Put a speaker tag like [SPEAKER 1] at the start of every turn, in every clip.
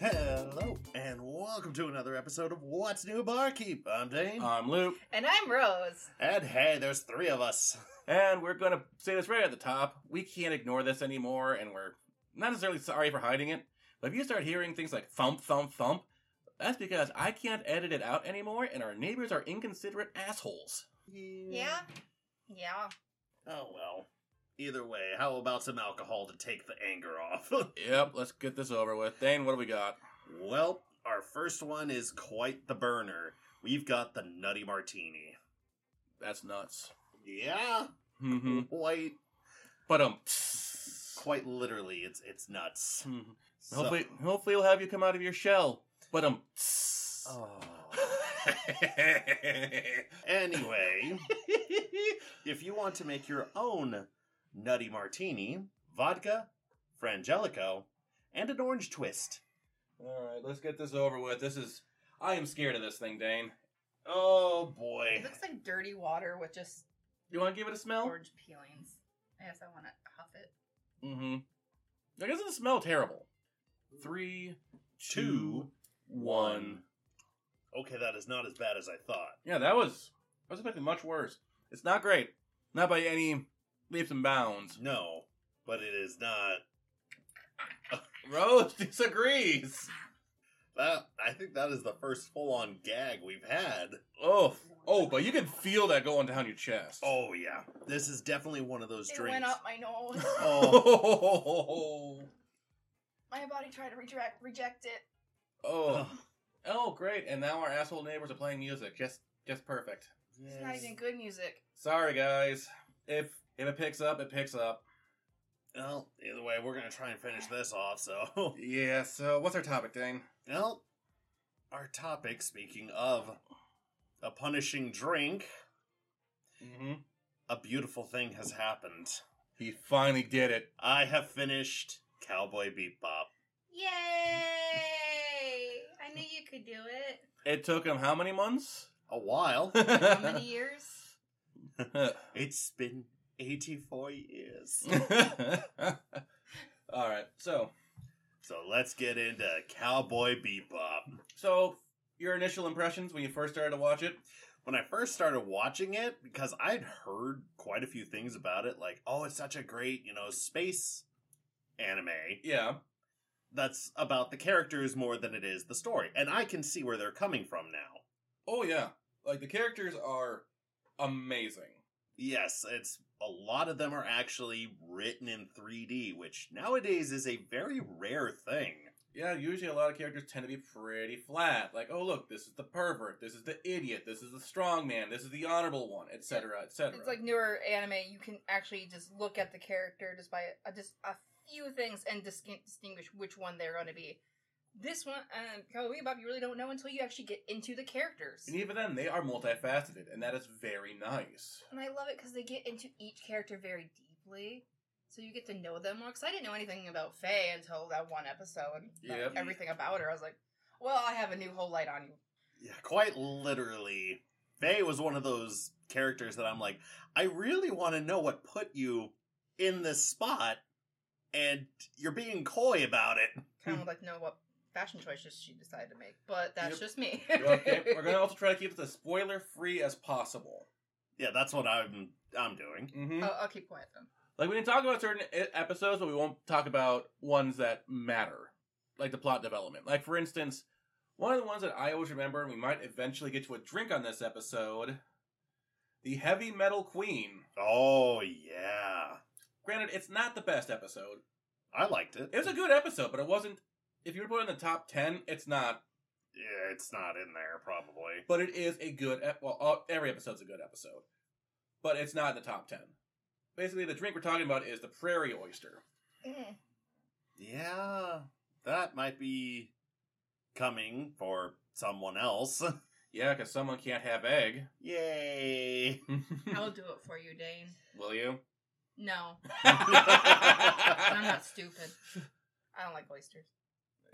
[SPEAKER 1] Hello, and welcome to another episode of What's New Barkeep. I'm Dane.
[SPEAKER 2] I'm Luke,
[SPEAKER 3] And I'm Rose.
[SPEAKER 1] and hey, there's three of us.
[SPEAKER 2] and we're gonna say this right at the top. We can't ignore this anymore, and we're not necessarily sorry for hiding it. But if you start hearing things like thump, thump, thump, that's because I can't edit it out anymore, and our neighbors are inconsiderate assholes.
[SPEAKER 3] Yeah. Yeah.
[SPEAKER 1] Oh well. Either way, how about some alcohol to take the anger off?
[SPEAKER 2] Yep, let's get this over with. Dane, what do we got?
[SPEAKER 1] well, our first one is quite the burner. We've got the Nutty Martini.
[SPEAKER 2] That's nuts.
[SPEAKER 1] Yeah,
[SPEAKER 2] Mm-hmm.
[SPEAKER 1] quite,
[SPEAKER 2] But um,
[SPEAKER 1] quite literally, it's it's nuts. So-
[SPEAKER 2] Mm-hmm. hopefully, hopefully, we'll have you come out of your shell. But um,
[SPEAKER 1] Oh. Anyway, if you want to make your own nutty martini, vodka, frangelico, and an orange twist.
[SPEAKER 2] all right, let's get this over with. This is. I am scared of this thing, Dane.
[SPEAKER 1] Oh boy.
[SPEAKER 3] It looks like dirty water with just
[SPEAKER 2] You want to give it a smell?
[SPEAKER 3] orange peelings. I guess I want to huff it.
[SPEAKER 2] Mm-hmm. That doesn't smell terrible. Three,
[SPEAKER 1] Two,
[SPEAKER 2] two, one.
[SPEAKER 1] Okay, that is not as bad as I thought.
[SPEAKER 2] Yeah, that was. I was expecting much worse. It's not great. Not by any leaps and bounds.
[SPEAKER 1] No, but it is not.
[SPEAKER 2] Rose disagrees.
[SPEAKER 1] That, I think that is the first full on gag we've had.
[SPEAKER 2] Oh, oh, but you can feel that going down your chest.
[SPEAKER 1] Oh, yeah. This is definitely one of those
[SPEAKER 3] It
[SPEAKER 1] drinks.
[SPEAKER 3] went up my nose.
[SPEAKER 1] Oh,
[SPEAKER 3] my body tried to reject reject it.
[SPEAKER 2] oh, oh, great! And now our asshole neighbors are playing music. Just, just perfect.
[SPEAKER 3] It's not even good music.
[SPEAKER 2] Sorry, guys. If if it picks up, it picks up.
[SPEAKER 1] well, either way, we're going to try and finish this off, so.
[SPEAKER 2] Yeah. So, what's our topic, Dane?
[SPEAKER 1] Well, our topic, speaking of a punishing drink,
[SPEAKER 2] Mm-hmm.
[SPEAKER 1] a beautiful thing has happened.
[SPEAKER 2] He finally did it.
[SPEAKER 1] I have finished Cowboy Bebop.
[SPEAKER 3] Yay! I knew you could do it.
[SPEAKER 2] It took him how many months?
[SPEAKER 1] A while.
[SPEAKER 3] How many years?
[SPEAKER 1] it's been 84 years.
[SPEAKER 2] All right. So,
[SPEAKER 1] so let's get into Cowboy Bebop.
[SPEAKER 2] so your initial impressions when you first started to watch it?
[SPEAKER 1] When I first started watching it, because I'd heard quite a few things about it, like, oh, it's such a great, you know, space anime.
[SPEAKER 2] Yeah.
[SPEAKER 1] that's about the characters more than it is the story. And I can see where they're coming from now.
[SPEAKER 2] Oh yeah. Like the characters are amazing.
[SPEAKER 1] Yes, it's a lot of them are actually written in 3D, which nowadays is a very rare thing.
[SPEAKER 2] Yeah, usually a lot of characters tend to be pretty flat. Like, oh look, this is the pervert, this is the idiot, this is the strong man, this is the honorable one, etc., etc.
[SPEAKER 3] It's like newer anime. You can actually just look at the character just by uh, just a few things and dis- distinguish which one they're going to be. This one, um, Cowboy Bebop, you really don't know until you actually get into the characters.
[SPEAKER 2] and even then, they are multifaceted, and that is very nice.
[SPEAKER 3] And I love it because they get into each character very deeply. So you get to know them more. Because I didn't know anything about Faye until that one episode. like,
[SPEAKER 2] Yep.
[SPEAKER 3] everything about her. I was like, well, I have a new whole light on you.
[SPEAKER 1] Yeah, quite literally. Faye was one of those characters that I'm like, I really want to know what put you in this spot, and you're being coy about it.
[SPEAKER 3] Kind of like know what fashion choices she decided to make. But that's
[SPEAKER 2] Hmm. Yep.
[SPEAKER 3] just me.
[SPEAKER 2] okay, we're gonna also try to keep it as spoiler free as possible.
[SPEAKER 1] Yeah, that's what I'm I'm doing.
[SPEAKER 2] Mm-hmm.
[SPEAKER 3] I'll, I'll keep quiet then.
[SPEAKER 2] Like we can talk about certain e- episodes, but we won't talk about ones that matter. like the plot development. Like for instance, one of the ones that I always remember, and we might eventually get to a drink on this episode, the Heavy Metal Queen.
[SPEAKER 1] Oh yeah,
[SPEAKER 2] Granted, it's not the best episode.
[SPEAKER 1] I liked it.
[SPEAKER 2] It was a good episode, but it wasn't. If you were to put it in the top ten, it's not.
[SPEAKER 1] yeah, it's not in there probably.
[SPEAKER 2] But it is a good. Ep- well, all, every episode's a good episode, but it's not in the top ten. Basically, the drink we're talking about is the prairie oyster.
[SPEAKER 3] Mm.
[SPEAKER 1] Yeah, that might be coming for someone else.
[SPEAKER 2] Yeah, because someone can't have egg.
[SPEAKER 1] Yay!
[SPEAKER 2] Hmm.
[SPEAKER 3] I'll do it for you, Dane.
[SPEAKER 2] Will you?
[SPEAKER 3] No, I'm
[SPEAKER 2] I'm
[SPEAKER 3] not stupid. I don't like oysters.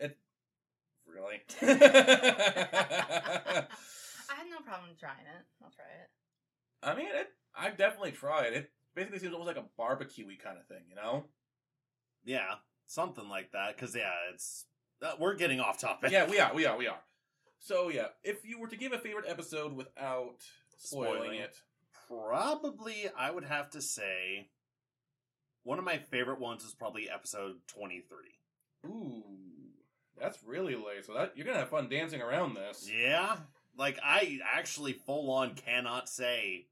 [SPEAKER 2] Really?
[SPEAKER 3] I have no problem trying it. I'll try it.
[SPEAKER 2] I mean, it, I've definitely tried. It basically seems almost like a barbecue kind of thing, you know?
[SPEAKER 1] yeah, something like that. Because yeah, it's uh, we're getting off topic.
[SPEAKER 2] yeah, we are, we are, we are. So, yeah, if you were to give a favorite episode without spoiling,
[SPEAKER 1] Spoiling.
[SPEAKER 2] it,
[SPEAKER 1] Probably, I would have to say one of my favorite ones is probably episode twenty three.
[SPEAKER 2] ooh, that's really late. So that you're gonna have fun dancing around this.
[SPEAKER 1] Yeah. Like I actually full on cannot say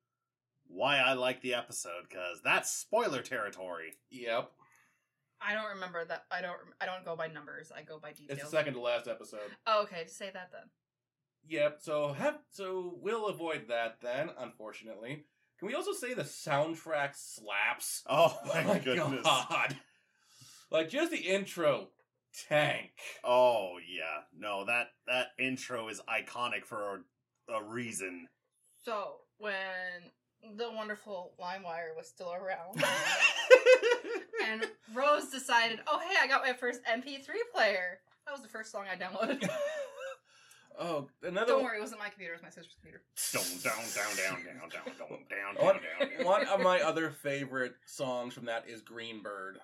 [SPEAKER 1] why I like the episode cuz that's spoiler territory.
[SPEAKER 2] Yep,
[SPEAKER 3] I don't remember that. I don't. I don't go by numbers. I go by
[SPEAKER 2] it's the
[SPEAKER 3] details.
[SPEAKER 2] second to last episode.
[SPEAKER 3] Oh, okay, just say that then.
[SPEAKER 2] Yep. So have so we'll avoid that then. Unfortunately, can we also say the soundtrack slaps?
[SPEAKER 1] Oh my, goodness.
[SPEAKER 2] Like just the intro, tank.
[SPEAKER 1] Oh yeah. No, that that intro is iconic for a, a reason.
[SPEAKER 3] So when the wonderful LimeWire was still around, and Rose decided, "Oh, hey, I got my first MP3 player." That was the first song I downloaded.
[SPEAKER 2] oh, another
[SPEAKER 3] Don't
[SPEAKER 2] one-
[SPEAKER 3] worry, it wasn't my computer. It was my sister's computer.
[SPEAKER 1] Down down down down down down down down down
[SPEAKER 2] What?
[SPEAKER 1] down. down.
[SPEAKER 2] one of my other favorite songs from that is Green Bird.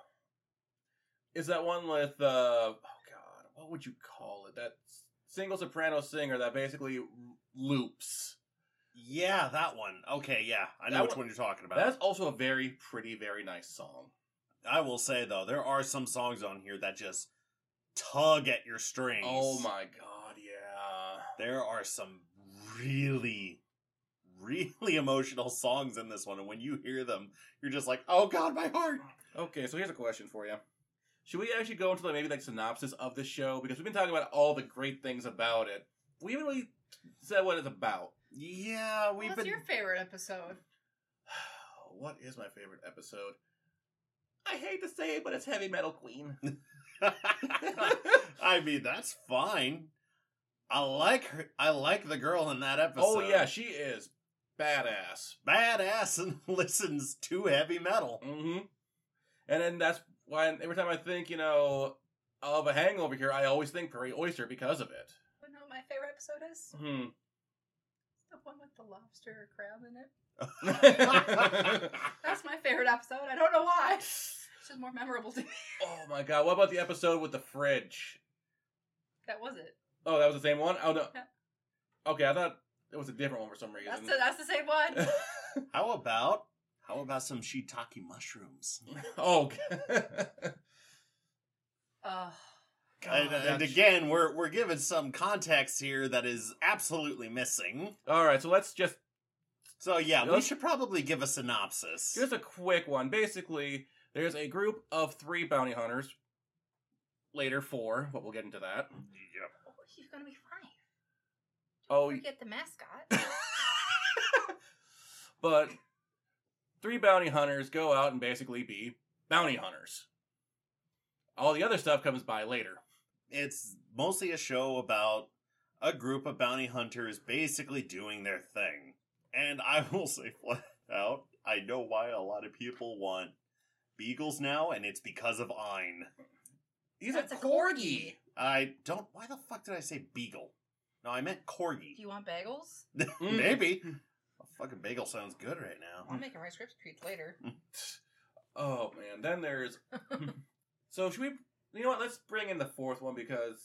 [SPEAKER 2] Is that one with uh oh god, what would you call it? That single soprano singer that basically loops.
[SPEAKER 1] Yeah, that one. Okay, yeah. I know
[SPEAKER 2] That
[SPEAKER 1] which
[SPEAKER 2] one-
[SPEAKER 1] one you're talking about.
[SPEAKER 2] That's also a very pretty, very nice song.
[SPEAKER 1] I will say though, there are some songs on here that just tug at your strings.
[SPEAKER 2] Oh my god, yeah.
[SPEAKER 1] there are some really really emotional songs in this one and when you hear them you're just like oh god my heart
[SPEAKER 2] Okay, so here's a question for you. Should we actually go into like maybe like synopsis of the show because we've been talking about all the great things about it. We haven't really said what it's about.
[SPEAKER 1] yeah we've
[SPEAKER 3] What's
[SPEAKER 1] been
[SPEAKER 3] your favorite episode?
[SPEAKER 2] what is my favorite episode? I hate to say it, but it's Heavy Metal Queen.
[SPEAKER 1] i mean that's fine i like her i like the girl in that episode
[SPEAKER 2] oh yeah, she is badass.
[SPEAKER 1] badass and listens to heavy metal
[SPEAKER 2] hmm And then that's why every time I think, you know, I'll have a hangover here, I always think Prairie Oyster because of it.
[SPEAKER 3] You know what my favorite episode is?
[SPEAKER 2] Hmm.
[SPEAKER 3] The one with the lobster or crab in it.
[SPEAKER 2] oh
[SPEAKER 3] That's my favorite episode. I don't know why. It's just more memorable to me.
[SPEAKER 2] Oh, my god! What about the episode with the fridge?
[SPEAKER 3] That was it.
[SPEAKER 2] Oh, that was the same one. Oh no. Okay, I thought it was a different one for some
[SPEAKER 3] That's
[SPEAKER 2] reason.
[SPEAKER 3] the, that's the same one.
[SPEAKER 1] how about how about some shiitake mushrooms
[SPEAKER 2] oh.
[SPEAKER 3] Ugh. Oh,
[SPEAKER 1] and,
[SPEAKER 2] God,
[SPEAKER 1] and
[SPEAKER 2] that's-
[SPEAKER 1] again we're we're given some context here that is absolutely missing
[SPEAKER 2] All right, so let's just
[SPEAKER 1] So yeah, we
[SPEAKER 2] Yep.
[SPEAKER 1] should probably give a synopsis.
[SPEAKER 2] Here's a quick one. Basically, there's a group of three bounty hunters. Later, four, but we'll get into that.
[SPEAKER 3] Oh, he's gonna be fine.
[SPEAKER 2] Oh,
[SPEAKER 3] We get the mascot.
[SPEAKER 2] but three bounty hunters go out and basically be bounty hunters. All the other stuff comes by later.
[SPEAKER 1] It's mostly a show about a group of bounty hunters basically doing their thing. And I will say flat out, I know why a lot of people want beagles now, and it's because of Ein.
[SPEAKER 2] He's
[SPEAKER 3] That's
[SPEAKER 2] a
[SPEAKER 3] a
[SPEAKER 2] corgi.
[SPEAKER 3] corgi.
[SPEAKER 1] I don't. Why the fuck did I say beagle? No, I meant corgi.
[SPEAKER 3] Do you want bagels?
[SPEAKER 2] Mm.
[SPEAKER 1] Maybe. A fucking bagel sounds good right now.
[SPEAKER 3] I'm making rice crisp treats later.
[SPEAKER 2] Oh man. Then there's. so should we? You know what? Let's bring in the fourth one because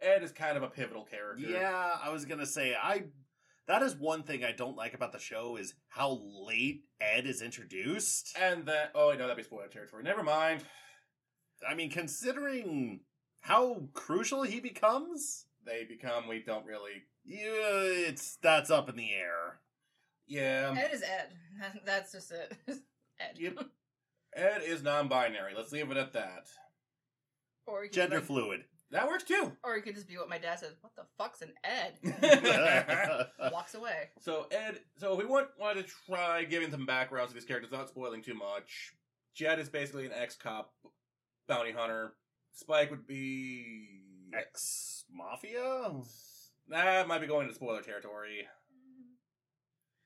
[SPEAKER 2] Ed is kind of a pivotal character.
[SPEAKER 1] Yeah, I was gonna say I. That is one thing I don't like about the show is how late Ed is introduced.
[SPEAKER 2] And then, oh wait, no, that'd be spoiler territory. Never mind.
[SPEAKER 1] I mean, considering how crucial he becomes,
[SPEAKER 2] They become, we don't really.
[SPEAKER 1] yeah, it's that's up in the air. Um,
[SPEAKER 2] Yeah. um,
[SPEAKER 3] Ed is Ed. That- That's just it. Ed.
[SPEAKER 2] Yep. Ed is non binary. Let's leave it at that.
[SPEAKER 3] Or you could
[SPEAKER 1] Gender
[SPEAKER 3] like-
[SPEAKER 1] fluid.
[SPEAKER 2] That works too.
[SPEAKER 3] Or you could just be what my dad says. What the fuck's an Ed?
[SPEAKER 1] Uh,
[SPEAKER 3] Walks away.
[SPEAKER 2] So Ed, so if we want wanted to try giving some backgrounds to these characters without spoiling too much, Jed is basically an ex-cop, bounty hunter. Spike would be
[SPEAKER 1] Ex mafia,
[SPEAKER 2] that might be going into spoiler territory.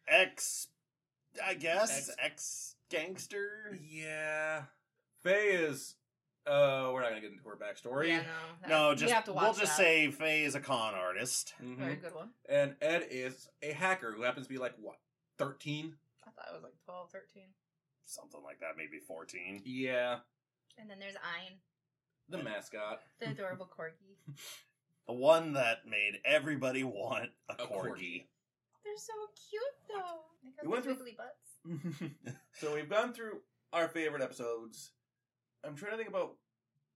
[SPEAKER 1] ex, I guess
[SPEAKER 2] Ex-
[SPEAKER 1] ex gangster.
[SPEAKER 2] Yeah, Faye is. Uh, we're not gonna get into her backstory.
[SPEAKER 3] Yeah, no. that-
[SPEAKER 1] No,
[SPEAKER 3] we
[SPEAKER 1] just
[SPEAKER 3] have to watch
[SPEAKER 1] we'll just
[SPEAKER 3] that.
[SPEAKER 1] say mm-hmm. Faye is a con artist.
[SPEAKER 2] Mhm.
[SPEAKER 3] Very good one.
[SPEAKER 2] And Ed is a hacker who happens to be like what thirteen.
[SPEAKER 3] I thought it was like 12, 13.
[SPEAKER 1] something like that, maybe 14.
[SPEAKER 2] Yeah,
[SPEAKER 3] And then there's Ayn,
[SPEAKER 2] the mascot,
[SPEAKER 3] the adorable corgi.
[SPEAKER 1] The one that made everybody want a,
[SPEAKER 2] a
[SPEAKER 1] corgi.
[SPEAKER 3] They're so cute though. They got
[SPEAKER 2] We went
[SPEAKER 3] these
[SPEAKER 2] through-
[SPEAKER 3] wiggly butts.
[SPEAKER 2] so we've gone through our favorite episodes. I'm trying to think about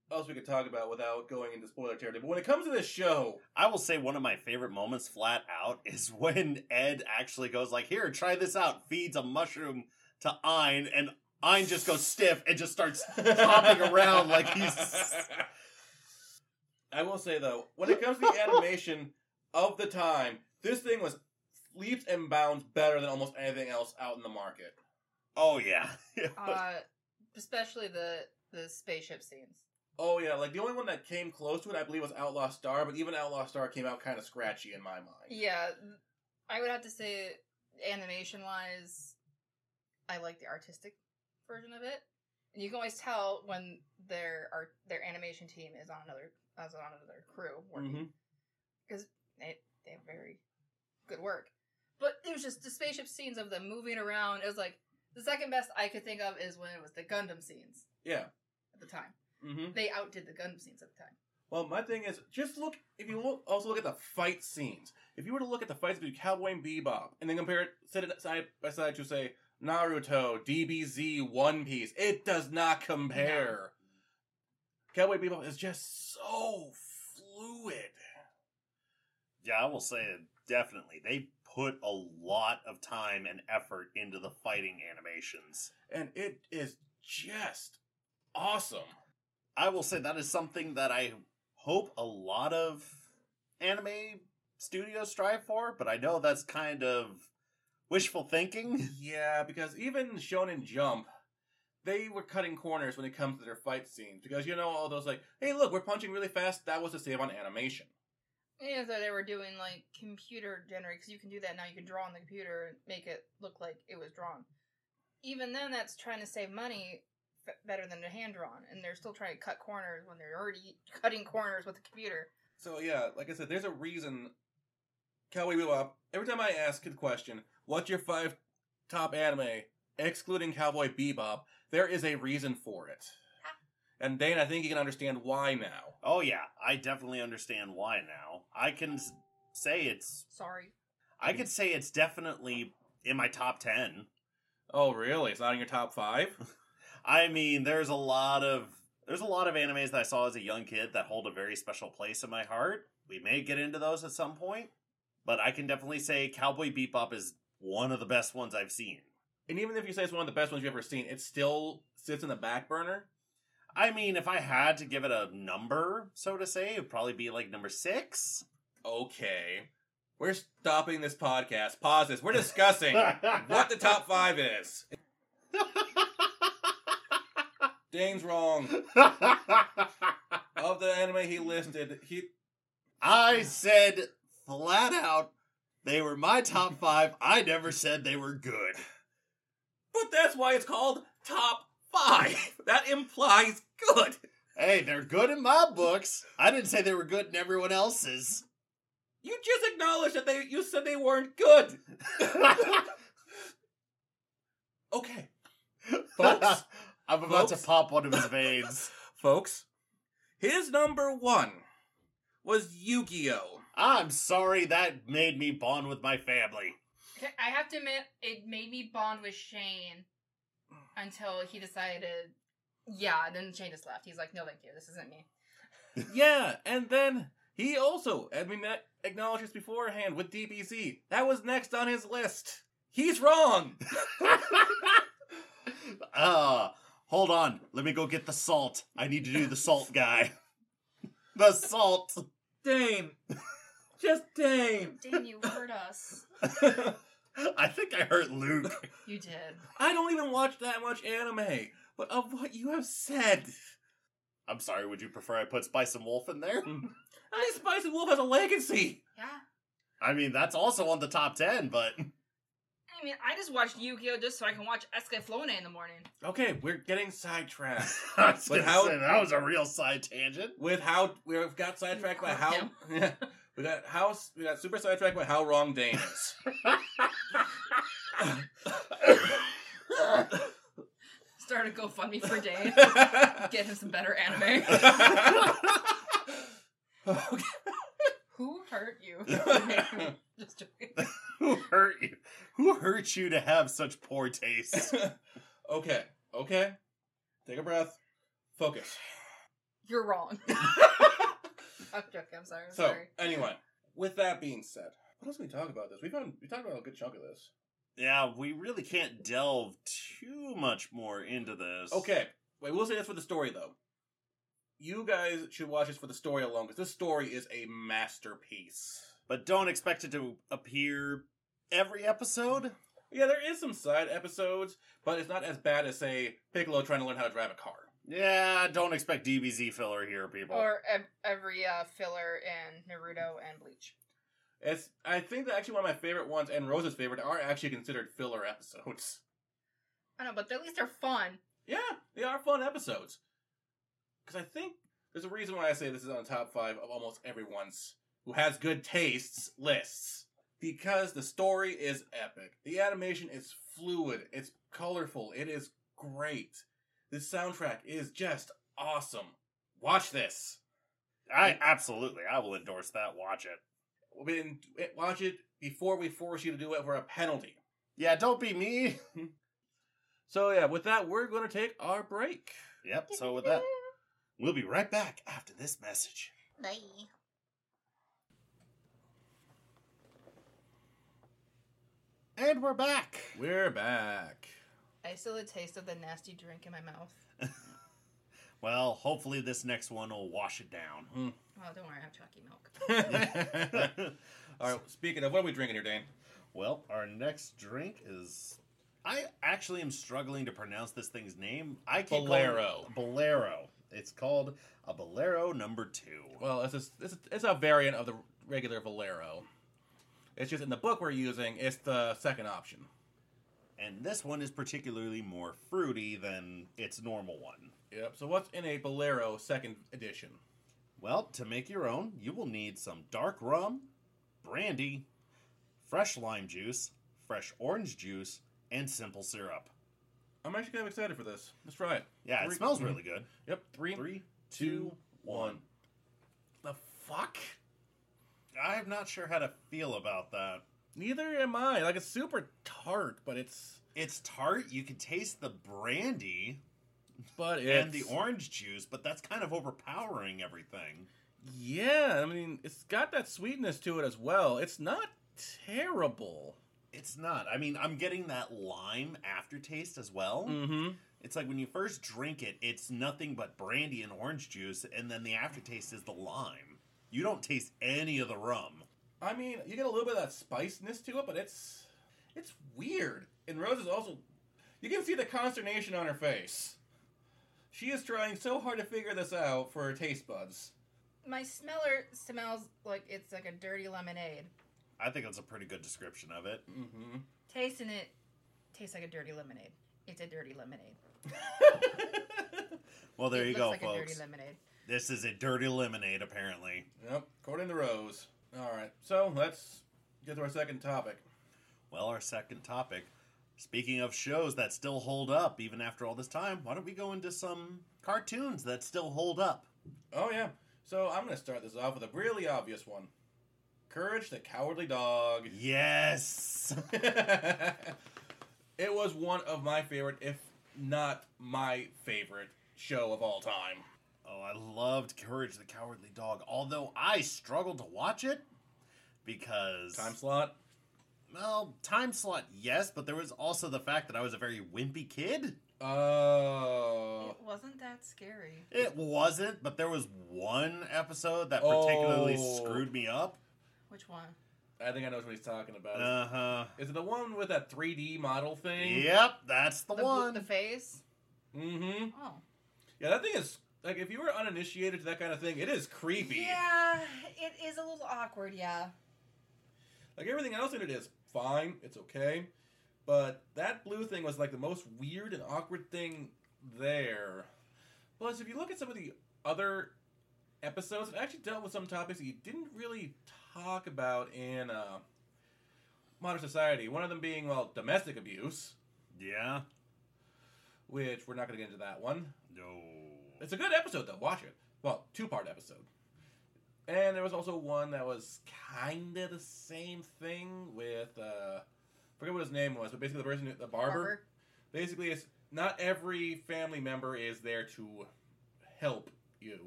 [SPEAKER 2] what else we could talk about without going into spoiler territory. But when it comes to this show,
[SPEAKER 1] I will say one of my favorite moments flat out is when Ed actually goes like, "Here, try this out." Feeds a mushroom to Ein and Ein just goes stiff and just starts hopping around like he's
[SPEAKER 2] I will say though, when it comes to the animation of the time, this thing was leaps and bounds better than almost anything else out in the market.
[SPEAKER 1] Oh yeah.
[SPEAKER 3] Uh, especially the the spaceship scenes.
[SPEAKER 2] Oh yeah, like the only one that came close to it, I believe, was Outlaw Star. But even Outlaw Star came out kind of scratchy in my mind.
[SPEAKER 3] Yeah, I would have to say animation wise, I like the artistic version of it. And you can always tell when their art their animation team is on another as on another crew working
[SPEAKER 2] Mhm.
[SPEAKER 3] because they they have very good work. But it was just the spaceship scenes of them moving around. It was like the second best I could think of is when it was the Gundam scenes
[SPEAKER 2] Yeah.
[SPEAKER 3] at the time.
[SPEAKER 2] Mm-hmm.
[SPEAKER 3] They outdid the Gundam scenes at the time.
[SPEAKER 2] Well, my thing is, just look. If you look, also look at the fight scenes. If you were to look at the fights between Cowboy and Bebop, and then compare it, set it side by side to say Naruto, DBZ, One Piece, it does not compare. Cowboy Bebop is just so fluid.
[SPEAKER 1] Yeah, I will say it, definitely. They put a lot of time and effort into the fighting animations.
[SPEAKER 2] and it is just awesome.
[SPEAKER 1] I will say that is something that I hope a lot of anime studios strive for, but I know that's kind of wishful thinking.
[SPEAKER 2] Yeah, because even Shonen Jump, they were cutting corners when it comes to their fight scenes because you know all those like, hey, look, we're punching really fast. That was to save on animation.
[SPEAKER 3] Yeah, so they were doing like computer generated because you can do that now. You can draw on the computer and make it look like it was drawn. Even then, that's trying to save money f- better than the hand drawn, and they're still trying to cut corners when they're already cutting corners with the computer.
[SPEAKER 2] So yeah, like I said, there's a reason. Cowboy Bebop. Every time I ask a question, "What's your five top anime excluding Cowboy Bebop?" There is a reason for it, and Dane, I think you can understand why now.
[SPEAKER 1] Oh yeah, I definitely understand why now. I can s- say it's
[SPEAKER 3] Sorry,
[SPEAKER 1] I could say it's definitely in my top 10.
[SPEAKER 2] Oh, really? It's not in your top five?
[SPEAKER 1] I mean, there's a lot of there's a lot of animes that I saw as a young kid that hold a very special place in my heart. We may get into those at some point, but I can definitely say Cowboy Bebop is one of the best ones I've seen.
[SPEAKER 2] And even if you say it's one of the best ones you've ever seen, it still sits in the back burner.
[SPEAKER 1] I mean, if I had to give it a number, so to say, it'd probably be like number six.
[SPEAKER 2] Okay. We're stopping this podcast. Pause this. We're discussing what the top five is. Dane's wrong. Of the anime he listed, he
[SPEAKER 1] I said flat out they were my top five. I never said they were good.
[SPEAKER 2] But that's why it's called top five. That implies good.
[SPEAKER 1] Hey, they're good in my books. I didn't say they were good in everyone else's.
[SPEAKER 2] You just acknowledged that they you said they weren't good. Okay. Folks.
[SPEAKER 1] I'm about
[SPEAKER 2] Folks?
[SPEAKER 1] to pop one of his veins.
[SPEAKER 2] folks. His number one was Yu-Gi-Oh!
[SPEAKER 1] I'm sorry that made me bond with my family.
[SPEAKER 3] Okay, I have to admit it made me bond with Shane until he decided, yeah. Then Shane just left. He's like, no, thank you. This isn't me.
[SPEAKER 2] yeah, and then he also, I mean, that acknowledges beforehand with DBZ. That was next on his list. He's wrong.
[SPEAKER 1] uh, hold on. Let me go get the salt. I need to do the salt guy. the salt.
[SPEAKER 4] Dame. Just Dame.
[SPEAKER 3] Dane, you hurt us.
[SPEAKER 1] I think I hurt Luke.
[SPEAKER 3] You did.
[SPEAKER 2] I don't even watch that much anime, but of what you have said,
[SPEAKER 1] I'm sorry, would you prefer I put Spice and Wolf in there?
[SPEAKER 2] at least Spice and Wolf has a legacy.
[SPEAKER 3] Yeah.
[SPEAKER 1] I mean, that's also on the top 10, but
[SPEAKER 3] I mean, I just watched Yu-Gi-Oh just so I can watch Escaflowne in the morning.
[SPEAKER 2] Okay, we're getting sidetracked.
[SPEAKER 1] I was
[SPEAKER 2] But
[SPEAKER 1] gonna
[SPEAKER 2] how-
[SPEAKER 1] say, that was a real side tangent.
[SPEAKER 2] with how we've got sidetracked by how we got how we got super sidetracked by how wrong Dane is.
[SPEAKER 3] Start a GoFundMe for Dane. Get him some better anime. Who hurt you? just joking.
[SPEAKER 1] Who hurt you? Who hurt you to have such poor taste?
[SPEAKER 2] okay, okay. Take a breath. Focus.
[SPEAKER 3] You're wrong. I'm joking. I'm sorry. I'm
[SPEAKER 2] So
[SPEAKER 3] sorry.
[SPEAKER 2] anyway, with that being said, what else can we talk about this? We found we talked about a good chunk of this.
[SPEAKER 1] yeah, we really can't delve too much more into this.
[SPEAKER 2] Okay, wait. We'll say this for the story though. You guys should watch this for the story alone because this story is a masterpiece.
[SPEAKER 1] But don't expect it to appear every episode.
[SPEAKER 2] Yeah, there is some side episodes, but it's not as bad as say Piccolo trying to learn how to drive a car.
[SPEAKER 1] Yeah, don't expect DBZ filler here, people.
[SPEAKER 3] Or ev- every uh, filler in Naruto and Bleach.
[SPEAKER 2] It's I think that actually one of my favorite ones and Rose's favorite are actually considered filler episodes.
[SPEAKER 3] I know, but at least they're fun.
[SPEAKER 2] Yeah, they are fun episodes. Because I think there's a reason why I say this is on the top five of almost everyone's who has good tastes lists. Because the story is epic. The animation is fluid. It's colorful. It is great. The soundtrack is just awesome. Watch this.
[SPEAKER 1] I absolutely, I will endorse that. Watch it.
[SPEAKER 2] when eh, watch it before we force you to do it for a penalty.
[SPEAKER 1] Yeah, don't be me.
[SPEAKER 2] So yeah, with that, we're going to take our break.
[SPEAKER 1] Yep. So with that, we'll be right back after this message.
[SPEAKER 3] Bye.
[SPEAKER 1] And we're back.
[SPEAKER 2] We're back.
[SPEAKER 3] I still have a taste of the nasty drink in my mouth.
[SPEAKER 1] Well, hopefully this next one will wash it down.
[SPEAKER 3] Oh, don't worry, I have chalky milk.
[SPEAKER 2] All right. Speaking of, what are we drinking here, Dane?
[SPEAKER 1] Well, our next drink is. I actually am struggling to pronounce this thing's name. I keep calling it-
[SPEAKER 2] Bolero.
[SPEAKER 1] Bolero. It's called a Bolero number two.
[SPEAKER 2] Well, it's just, it's it's a variant of the regular Valero. It's just in the book we're using, it's the second option.
[SPEAKER 1] And this one is particularly more fruity than its normal one.
[SPEAKER 2] Yep. So what's in a Bolero second edition?
[SPEAKER 1] Well, to make your own, you will need some dark rum, brandy, fresh lime juice, fresh orange juice, and simple syrup.
[SPEAKER 2] I'm actually kind of excited for this. Let's try it.
[SPEAKER 1] Yeah, it
[SPEAKER 2] Three-
[SPEAKER 1] smells really good.
[SPEAKER 2] Yep. Three,
[SPEAKER 1] Three,
[SPEAKER 2] two,
[SPEAKER 1] two,
[SPEAKER 2] one.
[SPEAKER 1] one.
[SPEAKER 2] The fuck?
[SPEAKER 1] I'm not sure how to feel about that.
[SPEAKER 2] Neither am I. Like it's super tart, but it's
[SPEAKER 1] It's tart. You can taste the brandy
[SPEAKER 2] but it's
[SPEAKER 1] and the orange juice, but that's kind of overpowering everything.
[SPEAKER 2] Yeah, I mean, it's got that sweetness to it as well. It's not terrible.
[SPEAKER 1] It's not. I mean, I'm getting that lime aftertaste as well.
[SPEAKER 2] Mm-hmm.
[SPEAKER 1] It's like when you first drink it, it's nothing but brandy and orange juice, and then the aftertaste is the lime. You don't taste any of the rum.
[SPEAKER 2] I mean, you get a little bit of that spiciness to it, but it's it's weird. And Rose is also you can see the consternation on her face. She is trying so hard to figure this out for her taste buds.
[SPEAKER 3] My smeller smells like it's like a dirty lemonade.
[SPEAKER 1] I think that's a pretty good description of it.
[SPEAKER 2] Mm-hmm.
[SPEAKER 3] Tasting it tastes like a dirty lemonade. It's a dirty lemonade.
[SPEAKER 1] Well, there
[SPEAKER 3] it
[SPEAKER 1] you
[SPEAKER 3] looks
[SPEAKER 1] go,
[SPEAKER 3] like a
[SPEAKER 1] folks.
[SPEAKER 3] dirty lemonade.
[SPEAKER 1] This is a dirty lemonade, apparently.
[SPEAKER 2] Yep, according to Rose. All right, so let's get to our second topic.
[SPEAKER 1] Well, our second topic. Speaking of shows that still hold up even after all this time, why don't we go into some cartoons that still hold up?
[SPEAKER 2] Oh yeah. So I'm gonna start this off with a really obvious one. Courage the Cowardly Dog.
[SPEAKER 1] Yes!
[SPEAKER 2] it was one of my favorite, if not my favorite, show of all time.
[SPEAKER 1] Oh, I loved Courage the Cowardly Dog, although I struggled to watch it because
[SPEAKER 2] Time slot.
[SPEAKER 1] well, time slot, yes, but there was also the fact that I was a very wimpy kid.
[SPEAKER 2] Oh.
[SPEAKER 3] It wasn't that scary.
[SPEAKER 1] It wasn't, but there was one episode that particularly
[SPEAKER 2] Oh.
[SPEAKER 1] screwed me up.
[SPEAKER 3] Which one?
[SPEAKER 2] I think I know what he's talking about.
[SPEAKER 1] Uh huh.
[SPEAKER 2] Is it the one with that 3D model thing?
[SPEAKER 1] Yep, that's the,
[SPEAKER 3] The, blue-
[SPEAKER 1] one.
[SPEAKER 3] the face.
[SPEAKER 2] Mm-hmm.
[SPEAKER 3] Oh.
[SPEAKER 2] Yeah, that thing is like if you were uninitiated to that kind of thing, it is creepy.
[SPEAKER 3] Yeah, it is a little awkward. Yeah.
[SPEAKER 2] Like everything else in it is fine, it's okay. But that blue thing was like the most weird and awkward thing there. Plus, if you look at some of the other episodes, it actually dealt with some topics that you didn't really talk about in uh, modern society. One of them being, well, domestic abuse,
[SPEAKER 1] yeah.
[SPEAKER 2] which we're not going to get into that one.
[SPEAKER 1] No.
[SPEAKER 2] It's a good episode though. Watch it. Well, two part episode. And there was also one that was kind of the same thing with uh, I forget what his name was, but basically the person, the barber.
[SPEAKER 3] Barber.
[SPEAKER 2] Basically, it's not every family member is there to help you,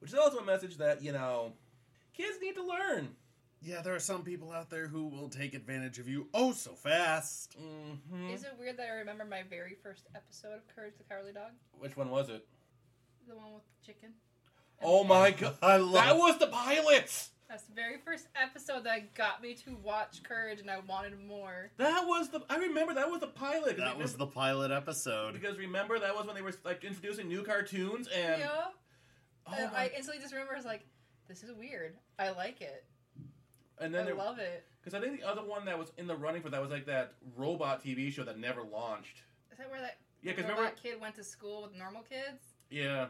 [SPEAKER 2] which is also a message that you know kids need to learn.
[SPEAKER 1] Yeah, there are some people out there who will take advantage of you oh so fast.
[SPEAKER 2] hmm
[SPEAKER 3] Is it weird that I remember my very first episode of Courage the Cowardly Dog?
[SPEAKER 2] Which one was it?
[SPEAKER 3] The one with the chicken?
[SPEAKER 2] Oh my god,
[SPEAKER 1] I love
[SPEAKER 2] that was the pilots.
[SPEAKER 3] That's the very first episode that got me to watch Courage and I wanted more.
[SPEAKER 2] That was the. I remember that was the pilot.
[SPEAKER 1] that was the pilot episode.
[SPEAKER 2] Because remember that was when they were like introducing new cartoons and
[SPEAKER 3] yeah.
[SPEAKER 2] oh
[SPEAKER 3] and
[SPEAKER 2] my-
[SPEAKER 3] I instantly just remember I was like, this is weird. I like it.
[SPEAKER 2] and then
[SPEAKER 3] I
[SPEAKER 2] there
[SPEAKER 3] love it.
[SPEAKER 2] because I think the other one that was in the running for that was like that robot TV show that never launched.
[SPEAKER 3] Is that where that
[SPEAKER 2] Yeah, because
[SPEAKER 3] robot
[SPEAKER 2] remember
[SPEAKER 3] kid went to school with normal kids?
[SPEAKER 2] yeah.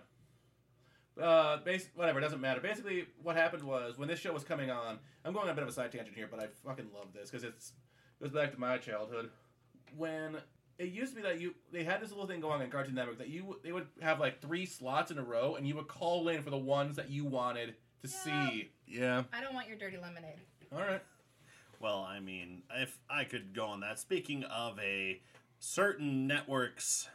[SPEAKER 2] Uh, bas- whatever, it doesn't matter. Basically, what happened was when this show was coming on, I'm going on a bit of a side tangent here, but I fucking love this because it's goes back to my childhood when it used to be that you they had this little thing going on in Cartoon Network that you they would have like three slots in a row and you would call in for the ones that you wanted to
[SPEAKER 3] Yeah.
[SPEAKER 2] see. Yeah.
[SPEAKER 3] I don't want your dirty lemonade.
[SPEAKER 2] All right.
[SPEAKER 1] Well, I mean, if I could go on that. Speaking of a certain networks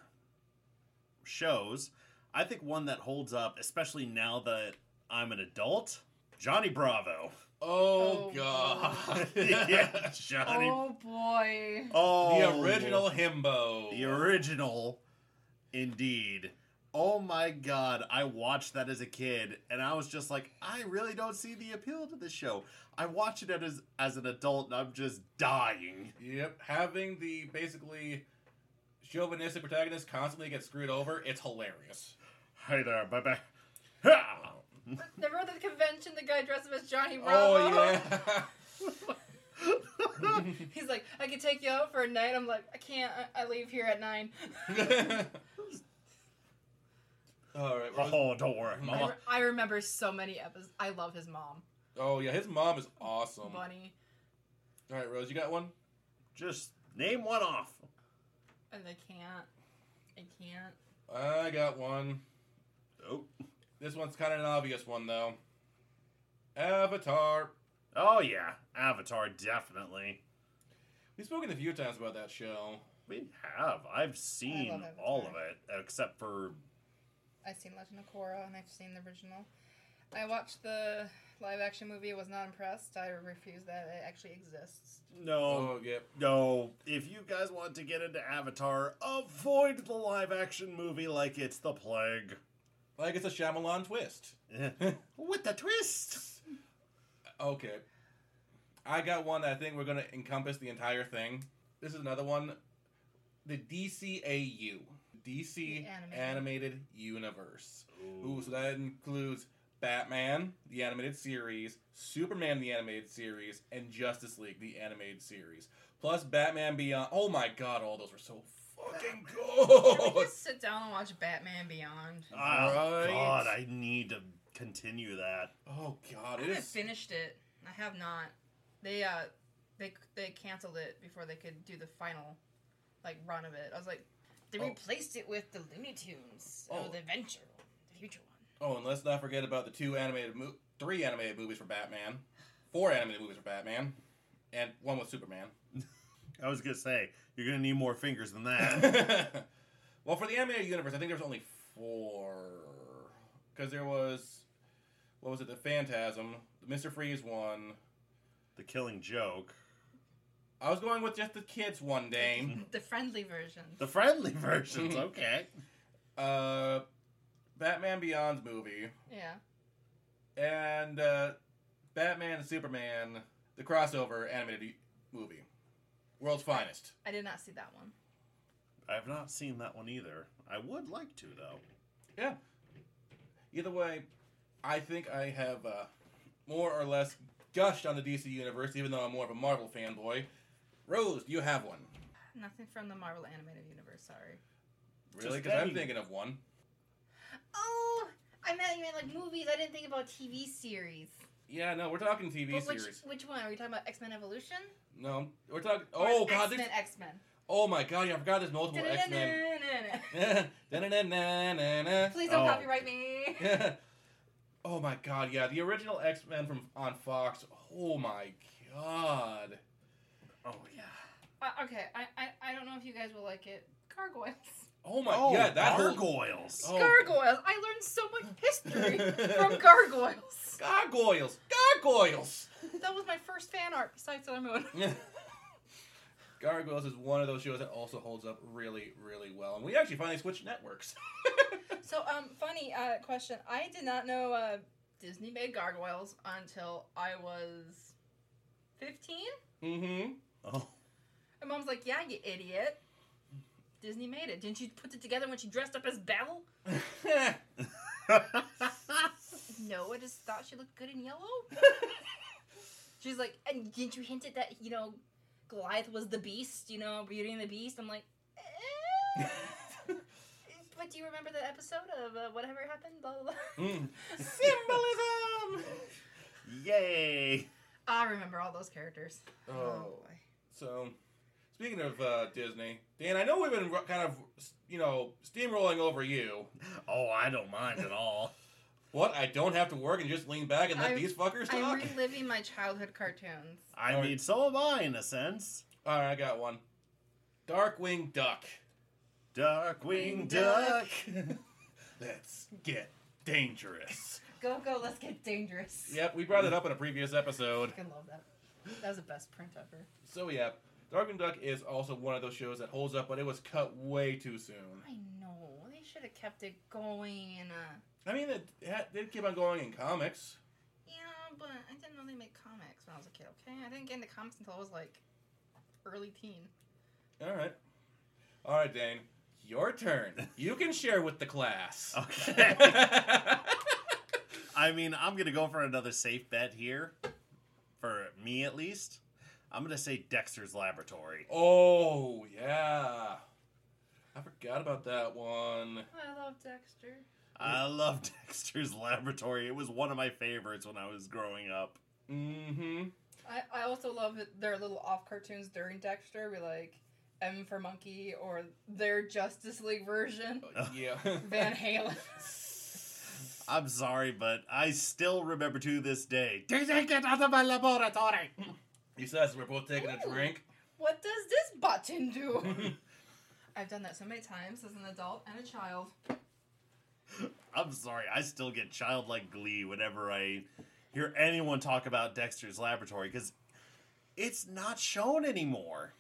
[SPEAKER 1] shows, I think one that holds up, especially now that I'm an adult, Johnny Bravo.
[SPEAKER 2] Oh,
[SPEAKER 3] Oh,
[SPEAKER 2] God!
[SPEAKER 1] yeah, Johnny.
[SPEAKER 3] oh boy.
[SPEAKER 1] Oh,
[SPEAKER 2] the original himbo.
[SPEAKER 1] The original, indeed. Oh my god, I watched that as a kid and I was just like, I really don't see the appeal to this show. I watch it as as an adult and I'm just dying.
[SPEAKER 2] Yep, having the basically chauvinistic protagonist constantly get screwed over, it's hilarious.
[SPEAKER 1] Hey there, baby.
[SPEAKER 3] Remember the convention the guy dressed up as Johnny Bravo?
[SPEAKER 2] Oh yeah.
[SPEAKER 3] He's like, I could take you out for a night. I'm like, I can't. I, I leave here at nine.
[SPEAKER 2] All right. what was-
[SPEAKER 1] Oh, don't worry,
[SPEAKER 3] I,
[SPEAKER 1] mama.
[SPEAKER 3] re- I remember so many episodes. I love his mom,
[SPEAKER 2] Oh yeah, his mom is awesome. All
[SPEAKER 3] Bunny.
[SPEAKER 2] right, Rose, you got one?
[SPEAKER 1] Just name one off.
[SPEAKER 3] And I can't. I can't.
[SPEAKER 2] I got one.
[SPEAKER 1] Oh,
[SPEAKER 2] This one's kind of an obvious one though. Avatar.
[SPEAKER 1] oh yeah, Avatar, definitely.
[SPEAKER 2] We've spoken a few times about that show.
[SPEAKER 1] We have. I've seen
[SPEAKER 3] Avatar.
[SPEAKER 1] all of it except for
[SPEAKER 3] I've seen Legend of Korra and I've seen the original. I watched the live action movie. Was not impressed. I refuse that it actually exists.
[SPEAKER 1] no,
[SPEAKER 2] Oh, yep.
[SPEAKER 1] No, if you guys want to get into Avatar, avoid the live action movie like it's the plague.
[SPEAKER 2] Like it's a Shyamalan twist.
[SPEAKER 1] With the twist!
[SPEAKER 2] Okay. I got one that I think we're going to encompass the entire thing. This is another one. The DCAU. DC
[SPEAKER 3] The
[SPEAKER 2] animated.
[SPEAKER 3] animated.
[SPEAKER 2] Universe. Ooh, so that includes Batman, the animated series, Superman, the animated series, and Justice League, the animated series. Plus Batman Beyond. Oh my god, all those were so fucking
[SPEAKER 3] Can we
[SPEAKER 2] good!
[SPEAKER 3] just sit down and watch Batman Beyond?
[SPEAKER 1] Oh,
[SPEAKER 2] Right.
[SPEAKER 1] God, I need to continue that.
[SPEAKER 2] Oh god,
[SPEAKER 3] I
[SPEAKER 2] it
[SPEAKER 3] haven't
[SPEAKER 2] is.
[SPEAKER 3] finished it. I have not. They uh, they they canceled it before they could do the final, like run of it. I was like, they
[SPEAKER 2] Oh.
[SPEAKER 3] replaced it with the Looney Tunes.
[SPEAKER 2] Oh.
[SPEAKER 3] Oh, the Adventure, the future one.
[SPEAKER 2] Oh, and let's not forget about the two animated, mo- three animated movies for Batman, four animated movies for Batman, and one with Superman.
[SPEAKER 1] I was gonna say, you're gonna need more fingers than that.
[SPEAKER 2] well, for the animated universe, I think there's only four because there was what was it? The Phantasm, the Mister Freeze one.
[SPEAKER 1] The Killing Joke,
[SPEAKER 2] I was going with just the kids one, Dame.
[SPEAKER 3] The friendly version.
[SPEAKER 1] the friendly versions. Okay,
[SPEAKER 2] uh, Batman Beyond's movie,
[SPEAKER 3] yeah.
[SPEAKER 2] and uh, Batman and Superman, the crossover animated movie, world's finest.
[SPEAKER 3] I did not see that one.
[SPEAKER 1] I've not seen that one either. I would like to though.
[SPEAKER 2] Yeah. Either way, I think I have uh, more or less gushed on the DC universe, even though I'm more of a Marvel fanboy. Rose, do you have one?
[SPEAKER 3] Nothing from the Marvel Animated Universe, sorry.
[SPEAKER 2] Really?
[SPEAKER 1] Just
[SPEAKER 2] Because I'm
[SPEAKER 1] any.
[SPEAKER 2] thinking of one.
[SPEAKER 3] Oh, I meant you meant like movies. I didn't think about TV series.
[SPEAKER 2] Yeah, no, we're talking TV
[SPEAKER 3] But which,
[SPEAKER 2] series.
[SPEAKER 3] which one? Are we talking about X Men Evolution?
[SPEAKER 2] No, we're talking. Oh God!
[SPEAKER 3] X Men,
[SPEAKER 2] there's-
[SPEAKER 3] X Men.
[SPEAKER 2] Oh my God! Yeah, I forgot there's multiple X Men.
[SPEAKER 3] Please don't
[SPEAKER 1] Oh.
[SPEAKER 3] copyright me.
[SPEAKER 2] Oh my God! Yeah, the original X Men from on Fox. Oh my God!
[SPEAKER 1] Oh yeah.
[SPEAKER 3] Uh, okay, I, I I don't know if you guys will like it. Gargoyles.
[SPEAKER 2] Oh my yeah, that whole-
[SPEAKER 1] gargoyles.
[SPEAKER 2] Oh.
[SPEAKER 3] Gargoyles. I learned so much history from Gargoyles.
[SPEAKER 2] gargoyles, gargoyles.
[SPEAKER 3] That was my first fan art besides Sailor Moon.
[SPEAKER 2] Gargoyles is one of those shows that also holds up really, really well. And we actually finally switched networks.
[SPEAKER 3] So, um, funny uh, question. I did not know uh, Disney made gargoyles until I was 15.
[SPEAKER 2] mm-hmm.
[SPEAKER 1] Oh.
[SPEAKER 3] My mom's like, yeah, you idiot. Disney made it. Didn't you put it together when she dressed up as Belle? No, I just thought she looked good in yellow. She's like, and didn't you hint at that, you know, Goliath was the beast, you know, Beauty and the Beast? I'm like, eh. But do you remember the episode of uh, Whatever Happened? Blah, blah, blah.
[SPEAKER 2] Symbolism.
[SPEAKER 1] Yay!
[SPEAKER 3] I remember all those characters.
[SPEAKER 2] Oh. So, speaking of uh, Disney, Dan, I know we've been ru- kind of, you know, steamrolling over you.
[SPEAKER 1] Oh, I don't mind at all.
[SPEAKER 2] What? I don't have to work and just lean back and let
[SPEAKER 3] I'm-
[SPEAKER 2] these fuckers
[SPEAKER 3] I'm
[SPEAKER 2] talk?
[SPEAKER 3] reliving my childhood cartoons.
[SPEAKER 1] I
[SPEAKER 2] All right.
[SPEAKER 1] mean, so am I in a sense.
[SPEAKER 2] All right, I got one. Darkwing Duck.
[SPEAKER 1] Darkwing
[SPEAKER 3] Wing
[SPEAKER 1] Duck.
[SPEAKER 2] Let's get dangerous.
[SPEAKER 3] Go, go, let's get dangerous.
[SPEAKER 2] Yep, we brought it up in a previous episode.
[SPEAKER 3] I love that. That was the best print ever.
[SPEAKER 2] So yeah, Darkwing Duck is also one of those shows that holds up, but it was cut way too soon.
[SPEAKER 3] I know. They should have kept it going. Uh,
[SPEAKER 2] I mean, it, it did keep on going in comics.
[SPEAKER 3] yeah, but I didn't know they made comics when I was a kid, okay? I didn't get into comics until I was like early teen.
[SPEAKER 2] All right, all right, Dane, your turn. You can share with the class.
[SPEAKER 1] Oh. Okay. I mean, I'm gonna go for another safe bet here, for me at least. I'm gonna say Dexter's Laboratory.
[SPEAKER 2] oh yeah, I forgot about that one.
[SPEAKER 3] Oh, I love Dexter.
[SPEAKER 1] I love Dexter's Laboratory. It was one of my favorites when I was growing up.
[SPEAKER 2] Mm-hmm.
[SPEAKER 3] I, I also love that their little off cartoons during Dexter. We like M for Monkey or their Justice League version.
[SPEAKER 2] Yeah.
[SPEAKER 3] Van Halen.
[SPEAKER 1] I'm sorry, but I still remember to this day. Did they get out of my laboratory?
[SPEAKER 2] he says we're both taking a drink.
[SPEAKER 3] What does this button do? I've done that so many times as an adult and a child.
[SPEAKER 1] I'm sorry, I still get childlike glee whenever I hear anyone talk about Dexter's Laboratory because it's not shown anymore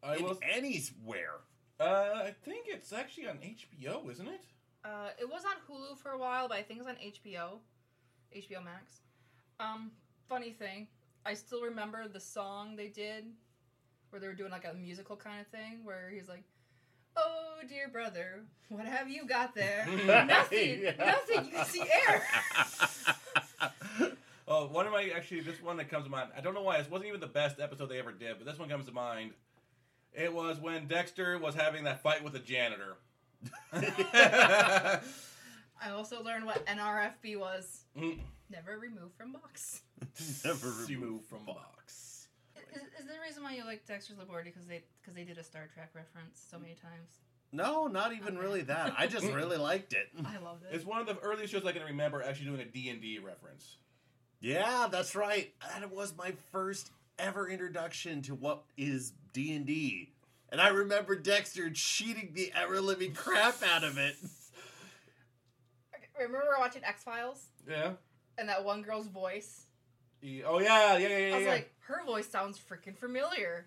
[SPEAKER 2] I
[SPEAKER 1] in
[SPEAKER 2] will.
[SPEAKER 1] anywhere.
[SPEAKER 2] Uh, I think it's actually on HBO, isn't it?
[SPEAKER 3] Uh, it was on Hulu for a while, but I think it's on HBO, HBO Max. Um, funny thing, I still remember the song they did, where they were doing like a musical kind of thing, where he's like, "Oh dear brother, what have you got there? nothing,
[SPEAKER 1] Yeah.
[SPEAKER 3] nothing. You can see air."
[SPEAKER 2] Oh, one of my actually this one that comes to mind. I don't know why this wasn't even the best episode they ever did, but this one comes to mind. It was when Dexter was having that fight with the janitor.
[SPEAKER 3] I also learned what NRFB was.
[SPEAKER 2] Mm.
[SPEAKER 3] Never removed from box.
[SPEAKER 1] Never
[SPEAKER 2] You
[SPEAKER 1] remove.
[SPEAKER 2] move from box.
[SPEAKER 3] Is, is the reason why you like Dexter's Laboratory because they because they did a Star Trek reference so many times?
[SPEAKER 1] No, not even really that. I just really liked it.
[SPEAKER 3] I loved it.
[SPEAKER 2] It's one of the earliest shows I can remember actually doing a D and D reference.
[SPEAKER 1] Yeah, that's right. That was my first ever introduction to what is D and D, and I remember Dexter cheating the ever living crap out of it.
[SPEAKER 3] Okay, Remember we were watching X Files
[SPEAKER 2] Yeah.
[SPEAKER 3] and that one girl's voice.
[SPEAKER 2] E- Oh yeah, yeah, yeah, yeah.
[SPEAKER 3] I was
[SPEAKER 2] yeah.
[SPEAKER 3] like, her voice sounds freaking familiar.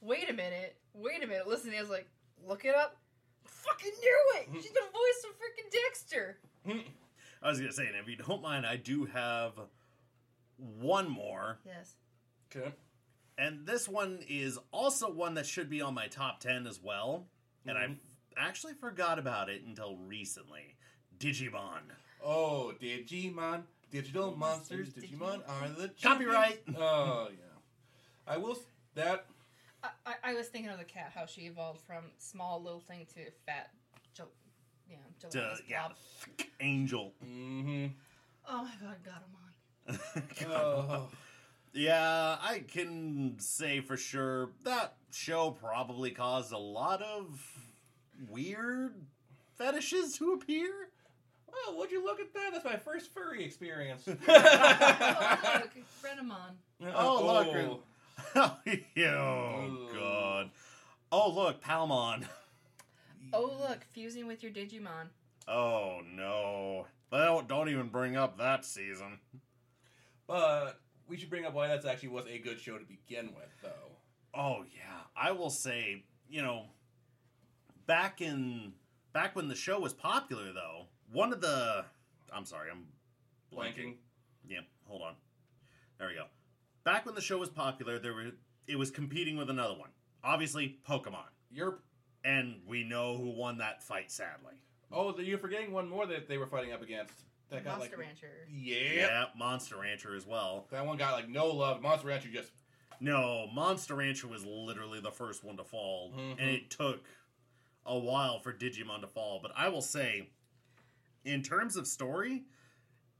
[SPEAKER 3] Wait a minute. Wait a minute. Listen, I was like, look it up. Fucking knew it. She's the voice of freaking Dexter.
[SPEAKER 1] I was gonna say, and if you don't mind, I do have one more,
[SPEAKER 3] Yes.
[SPEAKER 2] okay.
[SPEAKER 1] and this one is also one that should be on my top ten as well. And I
[SPEAKER 2] Mhm.
[SPEAKER 1] actually forgot about it until recently. Digimon.
[SPEAKER 2] Oh, Digimon, digital monsters, Digimon are the champions.
[SPEAKER 1] Copyright.
[SPEAKER 2] Oh yeah. I will. s- That
[SPEAKER 3] I, I, I was thinking of the cat, how she evolved from small little thing to fat. Gel- yeah,
[SPEAKER 1] To,
[SPEAKER 3] gelatinous
[SPEAKER 1] yeah,
[SPEAKER 3] blob.
[SPEAKER 1] thick angel.
[SPEAKER 2] Mm-hmm.
[SPEAKER 3] Oh my god, got him on.
[SPEAKER 2] Oh,
[SPEAKER 1] Yeah, I can say for sure that show probably caused a lot of weird fetishes to appear.
[SPEAKER 2] oh, would you look at that? That's my first furry experience. oh,
[SPEAKER 3] Oh, look, friend him on.
[SPEAKER 1] Oh,
[SPEAKER 2] Oh.
[SPEAKER 1] look. oh god. Oh look, Palmon.
[SPEAKER 3] Oh look, fusing with your Digimon.
[SPEAKER 1] Oh no. Well, don't even bring up that season.
[SPEAKER 2] But we should bring up why that actually was a good show to begin with, though.
[SPEAKER 1] Oh yeah. I will say, you know, back in back when the show was popular though, one of the I'm sorry, I'm
[SPEAKER 2] Blanking.
[SPEAKER 1] Yeah, hold on. There we go. Back when the show was popular, there were it was competing with another one. Obviously, Pokemon.
[SPEAKER 2] You're.
[SPEAKER 1] And we know who won that fight, sadly.
[SPEAKER 2] Oh, you're forgetting one more that they were fighting up against. That got
[SPEAKER 3] Monster
[SPEAKER 2] like.
[SPEAKER 3] Rancher.
[SPEAKER 2] Yeah.
[SPEAKER 1] Yeah, Monster Rancher as well.
[SPEAKER 2] That one got like no love. Monster Rancher just.
[SPEAKER 1] No, Monster Rancher was literally the first one to fall,
[SPEAKER 2] Mhm.
[SPEAKER 1] and it took a while for Digimon to fall. But I will say, in terms of story,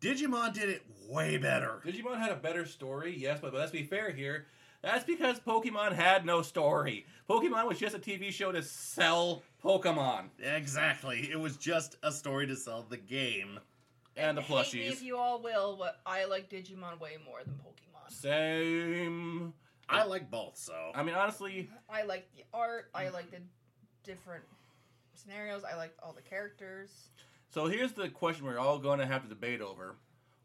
[SPEAKER 1] Digimon did it way better.
[SPEAKER 2] Digimon had a better story, yes, but, but let's be fair here. That's because Pokemon had no story. Pokemon was just a TV show to sell Pokemon
[SPEAKER 1] Exactly. It was just a story to sell the game.
[SPEAKER 2] and the
[SPEAKER 3] Hate me
[SPEAKER 2] plushies.
[SPEAKER 3] if you all will, but I like Digimon way more than Pokemon.
[SPEAKER 2] Same.
[SPEAKER 1] I like both, so.
[SPEAKER 2] I mean, honestly,
[SPEAKER 3] I like the art. I like the different scenarios. I like all the characters.
[SPEAKER 2] so here's the question we're all going to have to debate over: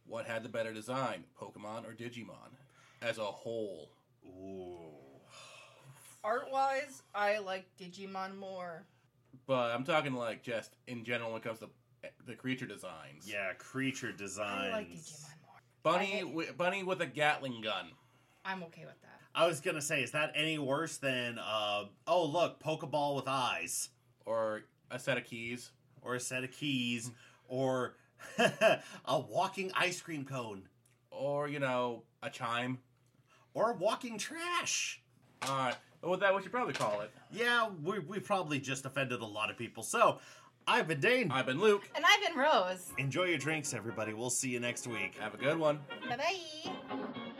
[SPEAKER 2] What had the better design, Pokemon or Digimon, as a whole?
[SPEAKER 1] Ooh.
[SPEAKER 3] Art wise, I like Digimon more.
[SPEAKER 2] But I'm talking like just in general when it comes to eh, the creature designs.
[SPEAKER 1] Yeah, creature designs.
[SPEAKER 3] I like Digimon more.
[SPEAKER 2] Bunny,
[SPEAKER 3] I-
[SPEAKER 2] wi- Bunny with a Gatling gun.
[SPEAKER 3] I'm okay with that.
[SPEAKER 1] I was gonna say, is that any worse than, uh, oh look, Pokeball with eyes,
[SPEAKER 2] or a set of keys.
[SPEAKER 1] or a set of keys, or a walking ice cream cone,
[SPEAKER 2] or you know a chime.
[SPEAKER 1] or a walking trash?
[SPEAKER 2] All right, well that what you probably call it.
[SPEAKER 1] Yeah, we, we probably just offended a lot of people. So, I've been Dane.
[SPEAKER 2] I've been Luke.
[SPEAKER 3] And I've been Rose.
[SPEAKER 1] Enjoy your drinks, everybody. We'll see you next week.
[SPEAKER 2] Have a good one.
[SPEAKER 3] Bye bye.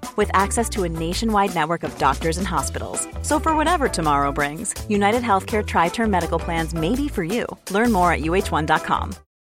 [SPEAKER 5] with access to a nationwide network of doctors and hospitals. So, for whatever tomorrow brings, United Healthcare Tri Term Medical Plans may be for you. Learn more at uh1.com.